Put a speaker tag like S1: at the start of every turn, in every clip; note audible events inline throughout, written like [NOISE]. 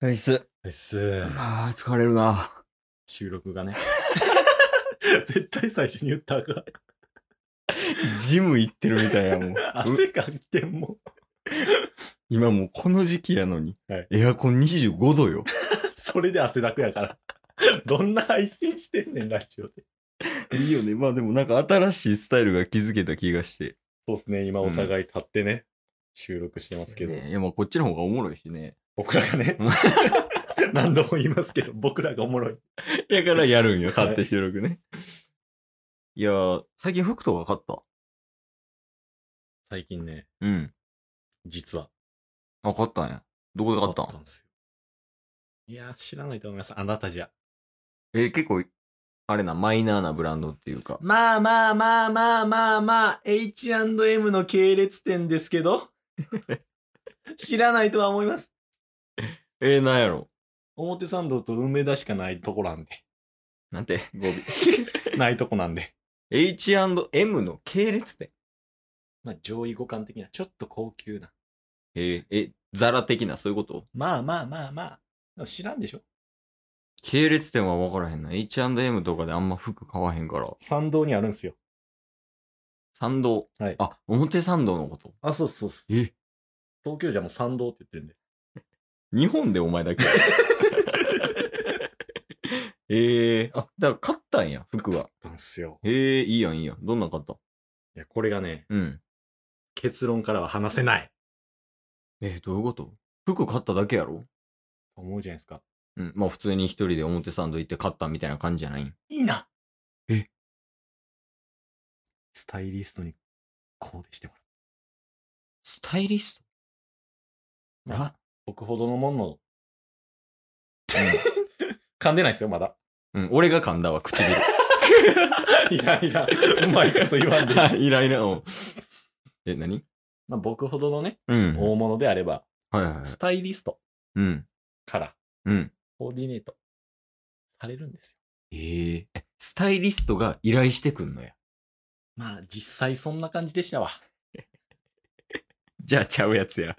S1: ナイス。
S2: ナイス。
S1: ああ、疲れるな。
S2: 収録 [LAUGHS] がね。絶対最初に言ったが。
S1: ジム行ってるみたいやも [LAUGHS] ん。う
S2: 汗かきてんも
S1: 今もうこの時期やのに、
S2: はい
S1: エアコン25度よ。
S2: う。それで汗だくやから。どんな配信してんねん、ラジオで。
S1: いいよね。まあでもなんか新しいスタイルが築けた気がして。
S2: そうですね、今お互い立ってね、収録してますけど。
S1: ねいやまあこっちの方がおもろいしね。
S2: 僕らがね
S1: うん、
S2: [LAUGHS] 何度も言いますけど、僕らがおもろい。
S1: [LAUGHS] やからやるんよ、
S2: はい
S1: 買って収録ね。いやー、最近服とか買った。
S2: 最近ね、
S1: うん。
S2: 実は。
S1: あ、買ったんや。どこで買ったん
S2: んですよ。いやー、知らないと思います。あなたじゃ。
S1: えー結構、あれな、マイナーなブランドっていうか。
S2: まあまあまあまあまあまあ、H&M の系列店ですけど、知らないとは思います。
S1: えー、なんやろ。
S2: 表参道と梅田しかないとこなんで。
S1: なんて。
S2: 語尾。ないとこなんで。
S1: [LAUGHS] H&M の系列店。
S2: まあ上位互換的な、ちょっと高級な。
S1: えー、え、ザラ的な、そういうこと
S2: まあまあまあまあ。でも知らんでしょ
S1: 系列店は分からへんな。H&M とかであんま服買わへんから。
S2: 参道にあるんすよ。
S1: 参道。
S2: はい
S1: あ、表参道のこと。
S2: あ、そうそうそう。
S1: え、
S2: 東京じゃもう参道って言ってるんで。
S1: 日本でお前だ [LAUGHS] け。えー、あ、だから買ったんや、服は。
S2: なんすよ。
S1: えー、いいやん、いいやん。どんなん買った
S2: いや、これがね、
S1: うん。
S2: 結論からは話せない。
S1: えー、どういうこと服買っただけやろ
S2: 思うじゃないですか。
S1: うん。まあ普通に一人で表参道行って買ったみたいな感じじゃないん
S2: いいな
S1: え
S2: スタイリストにコーデしてもらう。
S1: スタイリスト
S2: あ
S1: あ、
S2: 僕ほどの [LAUGHS] もの。噛んでないですよ、まだ。
S1: うん、俺が噛んだわ、 [LAUGHS] 唇。
S2: いらんいらん。うまいこと言わんでい
S1: [LAUGHS]
S2: い。
S1: いらんいらんうん。え、何
S2: まあ、僕ほどのね、
S1: うん。
S2: 大物であれば、
S1: はいはいはい。
S2: スタイリスト
S1: うん。
S2: から
S1: うん。
S2: コーディネートされるんですよ。
S1: えー、えスタイリストが依頼してくんのや。
S2: まあ、実際そんな感じでしたわ。
S1: じゃあちゃうやつや。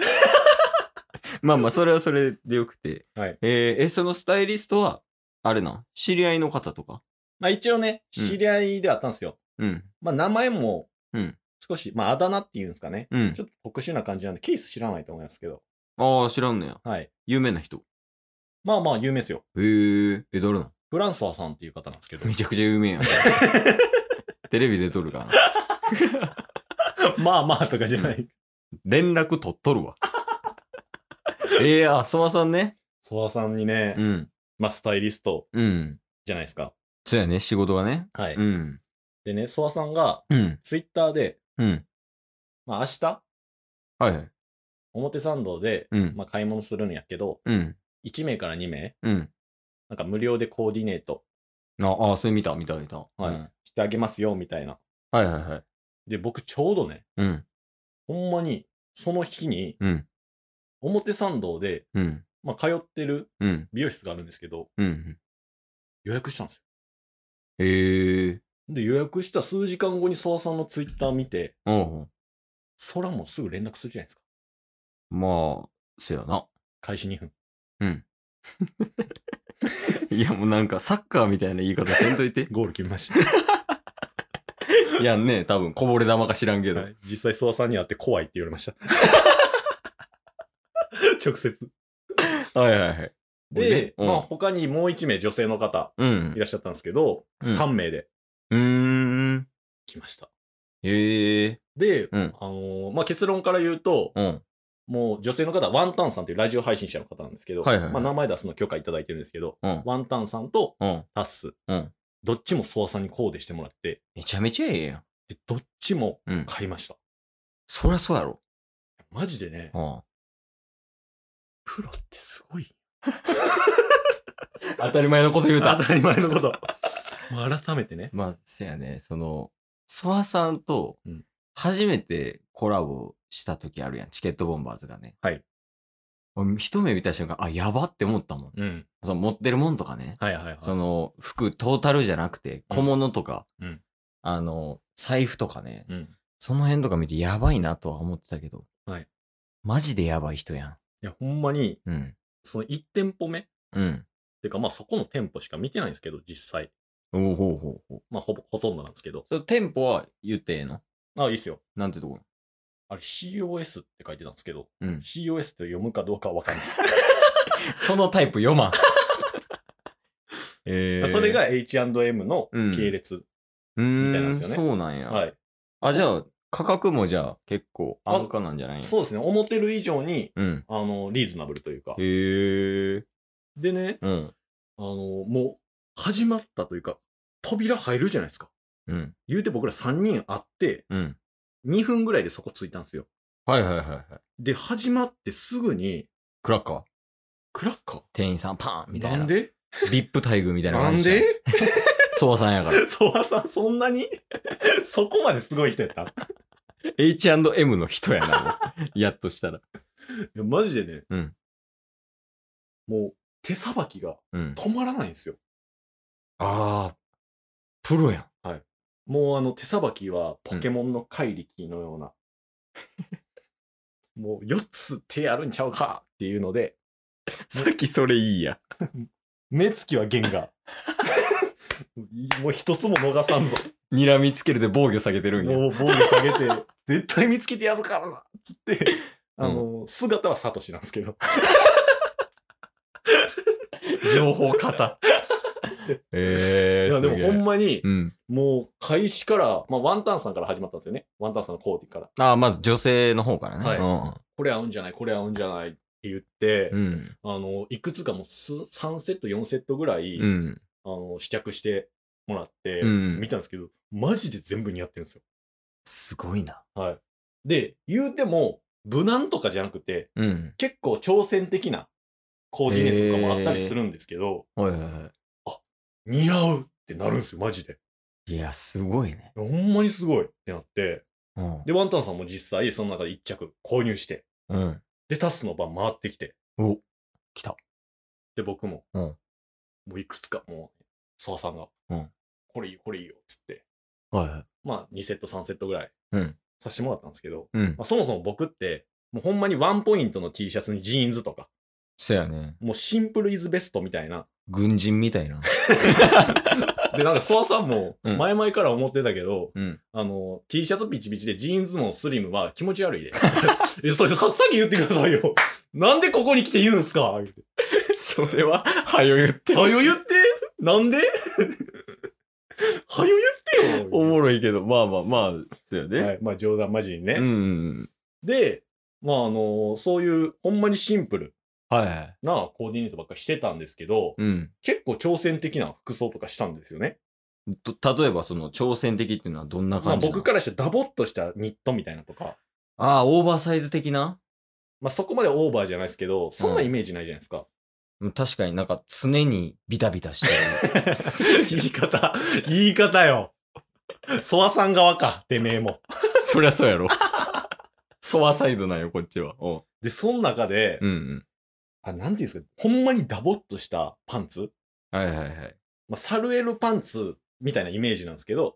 S1: [LAUGHS] まあまあ、それはそれでよくて。
S2: はい。
S1: えーえ、そのスタイリストは、あれな、知り合いの方とか。
S2: まあ、一応ね、
S1: うん
S2: 知り合いではあったんですよ。
S1: うん。
S2: まあ、名前も
S1: うん、
S2: 少し、まあ、あだ名っていうんですかね。
S1: うん
S2: ち。ょっと特殊な感じなんで、ケース知らないと思いますけど。
S1: ああ、知らんのや。
S2: はい。
S1: 有名な人。
S2: まあまあ、有名ですよ。
S1: へーえ、誰なん
S2: フランソワさんっていう方なんですけど。
S1: めちゃくちゃ有 [LAUGHS] 名やん。テレビで撮るからな。
S2: [LAUGHS] まあまあとかじゃない。
S1: 連絡取っとるわ。 [LAUGHS] ええあ、ソワさんね。
S2: ソワさんにね、
S1: うん。
S2: まあ、スタイリスト
S1: うん。
S2: じゃないですか。
S1: そうやね、仕事がね。
S2: はい。
S1: うん。
S2: でね、ソワさんが、
S1: うん。
S2: ツイッターで、
S1: うん。
S2: まあ、明日、
S1: はいはい。
S2: 表参道で、
S1: うん。
S2: まあ、買い物するんやけど、
S1: うん。
S2: 1名から2名、
S1: うん。
S2: なんか無料でコーディネート
S1: ああ、それ見た、見た、見た。は
S2: はい
S1: うん
S2: してあげますよ、みたいな。
S1: はいはいはい。
S2: で、僕ちょうどね、
S1: うん。
S2: ほんまに、その日に、
S1: うん。
S2: 表参道で、
S1: うん。
S2: まあ、通ってる
S1: うん。
S2: 美容室があるんですけど、
S1: うん。
S2: 予約したんですよ。
S1: へえ。
S2: で、予約した数時間後にソワさんのツイッター見て、
S1: おう
S2: そらもうすぐ連絡するじゃないですか。
S1: まあ、せやな。
S2: 開始2分。。
S1: [LAUGHS] いや、もうなんかサッカーみたいな言い方せんといて
S2: ゴール決めました。
S1: い [LAUGHS] やんね、多分こぼれ玉か知らんけど。
S2: はい実際、ソワさんに会って怖いって言われま [LAUGHS] した。直接。
S1: はいはいはい。
S2: で、
S1: うん
S2: まあ他にもう1名女性の方
S1: うん
S2: い。らっしゃったんですけど、
S1: うん
S2: 3名で
S1: うーん。
S2: 来ました。
S1: へえ。
S2: で、
S1: うん
S2: あのーまあ結論から言うと、
S1: うん。
S2: もう女性の方、ワンタンさんというラジオ配信者の方なんですけど、
S1: はいはいはい
S2: まあ名前出すの許可いただいてるんですけど、
S1: うん。
S2: ワンタンさんと
S1: うん。
S2: タッス、
S1: うん
S2: どっちもソワさんにコーデしてもらって、
S1: めちゃめちゃええやん。
S2: でどっちも
S1: うん。
S2: 買いました。
S1: そりゃそうやろ。
S2: マジでね、
S1: うん。
S2: プロってすごい。
S1: 当たり前 [LAUGHS] のこと言うた。
S2: [LAUGHS] 当たり前
S1: [LAUGHS]
S2: のこと。まあ改めてね。
S1: まあ、せやね、その、ソワさんと
S2: うん、
S1: 初めてコラボした時あるやん、チケットボンバーズがね。
S2: はい。
S1: 俺一目見た瞬間、あ、やばって思ったもん。
S2: うん。
S1: その持ってるもんとかね。
S2: はいはいはい。
S1: その、服トータルじゃなくて、
S2: うん
S1: 小物とか、
S2: うん
S1: あの、財布とかね、
S2: うん。
S1: その辺とか見てやばいなとは思ってたけど、
S2: はい。
S1: マジでやばい人や
S2: いや、ほんまに、
S1: ん。うん。
S2: その1店舗目
S1: うん。
S2: てか、まあそこの店舗しか見てないんですけど、実際。
S1: おおほうほうほう。
S2: まあほぼ、ほとんどなんですけど。
S1: それ店舗は言ってええの
S2: あ、いいっすよ。
S1: なんてとこ
S2: あれ COS って書いてたんですけど、
S1: うん
S2: COS って読むかどうかはわかんないです。
S1: そのタイプ読
S2: [LAUGHS]
S1: まん。え
S2: それ、が H&M の
S1: うん
S2: 系列。
S1: うーん
S2: みたいなんですよね
S1: そうなんや。
S2: はい。
S1: あ、じゃあ、価格もじゃあ結構
S2: あ
S1: 安価なんじゃない
S2: そうですね。思ってる以上に、
S1: う。うん。
S2: あの、リーズナブルというか。
S1: へえ。
S2: でね、
S1: うん。
S2: あの、もう、始まったというか、扉入るじゃないですか。
S1: うん。
S2: 言うて僕ら3人会って、
S1: うん。
S2: 2分ぐらいでそこ着いたんですよ。
S1: はいはいはいはい。
S2: で、始まってすぐに、
S1: クラッカー。
S2: クラッカー
S1: 店員さんパンみたいな。
S2: なんで
S1: ビップ待遇みたいな
S2: な
S1: 感
S2: ん
S1: じじゃん。
S2: で
S1: ソワさんやから。
S2: ソワさん、 [LAUGHS] そんなに [LAUGHS] そこまですごい人やった
S1: H&M の人やな。もうやっとしたら。
S2: いや、マジでね、
S1: うん
S2: もう、手さばきが
S1: うん。
S2: 止まらないんですよ。
S1: ああ、プロやん。
S2: もうあの、手さばきはポケモンの怪力のよう [LAUGHS] な。もう、4つ手あるんちゃうかっていうので、
S1: さっきそれいいや。
S2: 目つきはゲンガー [LAUGHS] もう一つも逃さんぞ。
S1: 睨みつけるで防御下げてるんや。
S2: もう防御下げて、絶対見つけてやるからなっつって、
S1: うん
S2: あの、姿はサトシなんですけど。
S1: 情報
S2: [LAUGHS]
S1: 型。え
S2: い
S1: えー、
S2: や、ですも
S1: げ
S2: ほん
S1: え。
S2: まに、
S1: うん。
S2: もう開始から、まあ、ワンタンさんから始まったんですよね。ワンタンさんのコーディから。
S1: ああ、まず女性の方からね。
S2: はい
S1: い。
S2: これ合うんじゃないこれ合うんじゃないって言って、
S1: うん。
S2: あの、いくつかもうす3セット、4セットぐらい、
S1: うん。
S2: あの試着してもらって、
S1: うん
S2: 見たんですけど、マジで全部似合ってるんですよ。
S1: すごいな。
S2: はい。で、言うても、無難とかじゃなくて、
S1: うん。
S2: 結構挑戦的なコーディネートとかもあったりするんですけど、
S1: はいはいは
S2: 似合うってなるんですよ、マジで。
S1: い。いや、すごいね。
S2: ほんまにすごいってなって、
S1: うん。
S2: で、ワンタンさんも実際、その中で1着購入して、
S1: うん。
S2: で、タスの番回ってきて。
S1: お来た。
S2: で、僕も。
S1: うん
S2: もういくつか、もう、ソワさんが。
S1: うん
S2: これいいよ、これいいよ、つって。
S1: はいはい。
S2: まあ、2セット、3セットぐらい。
S1: うん
S2: さしてもらったんですけど、
S1: うん。
S2: まあ、そもそも僕って、もうほんまにワンポイントの T シャツにジーンズとか、
S1: そやね。
S2: もうシンプルイズベストみたいな。
S1: 軍人みたいな。
S2: で、なんかソワさんも、
S1: [LAUGHS] うん
S2: 前々から思ってたけど、
S1: [LAUGHS] うん。
S2: あの、T シャツピチピチでジーンズもスリムは気持ち悪
S1: [LAUGHS]
S2: いで。え、それささっき言ってくださいよ。なんでここに来て言うんすかって
S1: [LAUGHS] それは、はよ言って
S2: はよ言
S1: っ
S2: って
S1: [LAUGHS]
S2: なんではよ言ってよ
S1: おもろいけど、まあまあまあ、そや
S2: は
S1: ね。
S2: い、まあ冗談マジにね。
S1: うん。
S2: で、まああのそういうほんまにシンプル
S1: はいはい。
S2: なコーディネートばっかりしてたんですけど、
S1: うん。
S2: 結構挑戦的な服装とかしたんですよね。
S1: と例えば、その、挑戦的っていうのはどんな
S2: まあ
S1: 感じなの
S2: 僕からしてダボっとしたニットみたいなとか、
S1: ああ、オーバーサイズ的な
S2: まあそこまでオーバーじゃないですけど、そんなイメージないじゃないです
S1: [LAUGHS]
S2: か。
S1: うん確かになんか常にビタビタしてる。 [LAUGHS]
S2: 言い方、言い方よ。ソワさん側か、てめえも。
S1: [LAUGHS] そりゃそうやろ。ソワサイドなんよ、こっちは。お
S2: で、その中で、
S1: うんうん。
S2: あ、なんていうんですか、ほんまにダボっとしたパンツ、
S1: はいはいはい。
S2: まあ、サルエルパンツみたいなイメージなんですけど、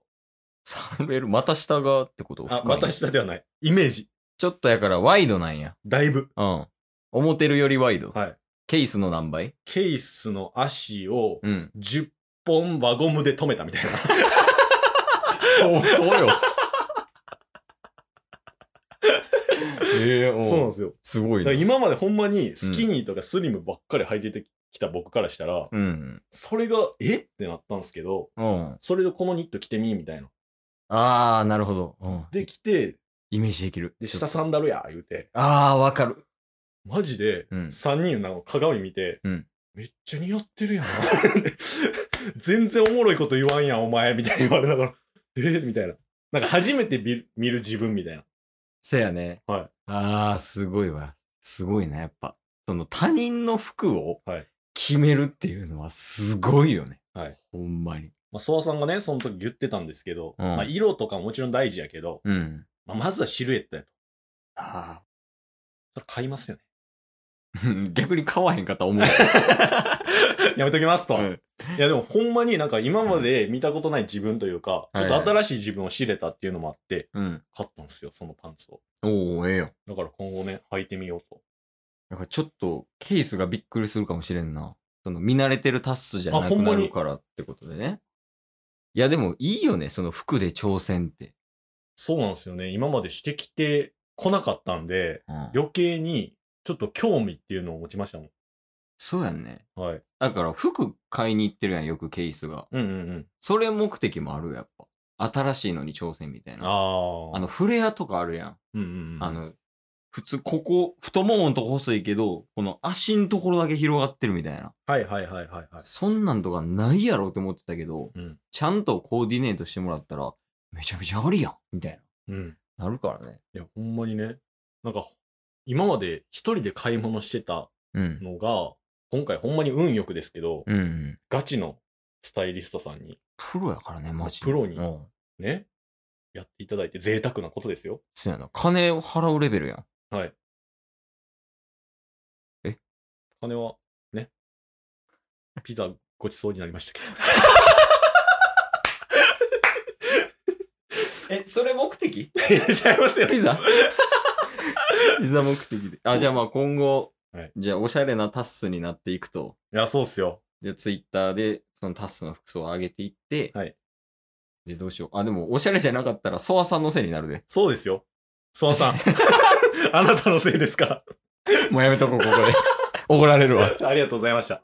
S1: サルベル、股下がってこと
S2: あ、
S1: 深い
S2: 股下ではない。イメージ。
S1: ちょっとやからワイドなんや。
S2: だいぶ。
S1: うん。思ってるよりワイド。
S2: はい。
S1: ケースの何倍
S2: ケースの足を
S1: うん。
S2: 10本輪ゴムで止めたみた
S1: [LAUGHS]
S2: いな。
S1: 相当よ。 [LAUGHS] ええお
S2: [LAUGHS] そうなんですよ。
S1: すご
S2: だ
S1: い
S2: か
S1: な
S2: ら。今までほんまにスキニーとかスリムばっかり履いてきた僕からしたら、
S1: うん。
S2: それが、えってなったんですけど、
S1: うん。
S2: それでこのニット着てみみたいな。
S1: ああ、なるほど。うん。
S2: で、着て、
S1: イメージできる。
S2: で、下サンダルや、言うて。
S1: ああ、わかる。
S2: マジで、
S1: うん
S2: 3人の鏡見て、
S1: うん
S2: めっちゃ似合ってるやん。 [LAUGHS] 全然おもろいこと言わんやん、お前、みたいに言われながら、えー、みたいな。なんか初めて見る見る自分みたいな。
S1: せやね。
S2: はい。
S1: ああ、すごいわ。すごいな、やっぱ。その他人の服を
S2: はい
S1: 決めるっていうのはすごいよね。
S2: はい。
S1: ほんまに。
S2: まあ、ソワさんがね、その時言ってたんですけど、
S1: うん
S2: まあ、色とかももちろん大事やけど、
S1: うん。
S2: まあ、まずはシルエットやと。
S1: ああ。
S2: それ買いますよね。
S1: [LAUGHS] 逆に買わへんかった思う。
S2: [LAUGHS] やめときます
S1: う
S2: と。い
S1: ん
S2: や、でもほんまになんか今まで見たことない自分というか、
S1: い
S2: ちょっと新しい自分を知れたっていうのもあって、
S1: うん。
S2: 買ったんですよ、そのパンツを。
S1: おおええよ。
S2: だから今後ね、履いてみようと。
S1: だからちょっとケースがびっくりするかもしれんな。その見慣れてるタスじゃな
S2: あ
S1: く
S2: ほん
S1: な
S2: まに
S1: るからってことでね。いやでもいいよね、その服で挑戦って。
S2: そうなんですよね。今までしてきてこなかったんで、
S1: うん
S2: 余計にちょっと興味っていうのを持ちましたも
S1: そうやんね。
S2: ん。はい。
S1: だから服買いに行ってるやん、よくケースが。
S2: うんうんうん。
S1: それ目的もあるやっぱ。新しいのに挑戦みたいな。
S2: ああ。
S1: あの、、フレアとかあるやん。
S2: うんうんうん。
S1: あ、の、普通、ここ、太もものとこ細いけど、この足のところだけ広がってるみたいな。
S2: はいはいはいはいはい。
S1: そんなんとかないやろって思ってたけど、
S2: うん
S1: ちゃんとコーディネートしてもらったら、めちゃめちゃありやんみたい
S2: うん。
S1: な。なるからね。
S2: いや、ほんまにね。なんか、今まで一人で買い物してた
S1: うん。
S2: のが、今回ほんまに運よくですけど、
S1: うんうん。
S2: ガチのスタイリストさんに
S1: プロやからね、マジで。
S2: プロに
S1: うん。
S2: ね、やっていただいて贅沢なことですよ。
S1: そうやな。金を払うレベルやん。
S2: はい。
S1: え
S2: 金は、ね。ピザごちそうになりましたけ
S1: え、それ目的 [LAUGHS]
S2: [LAUGHS] ど。いやちゃいますよ。
S1: ピザ [LAUGHS] ピザ目的で。あ、じゃあまあ今後、
S2: はい
S1: じゃあおしゃれなタッスになっていくと、
S2: いや、そうっすよ。
S1: で、ツイッターで、そのタスの服装を上げていって、
S2: はい。
S1: で、どうしよう。あ、でも、おしゃれじゃなかったら、ソワさんのせいになるで
S2: そうですよ。ソワさ [LAUGHS] ん。あなたのせいですか
S1: もうやめとこう、ここで。怒られるわ。 [LAUGHS]
S2: ら。ありがとうございました。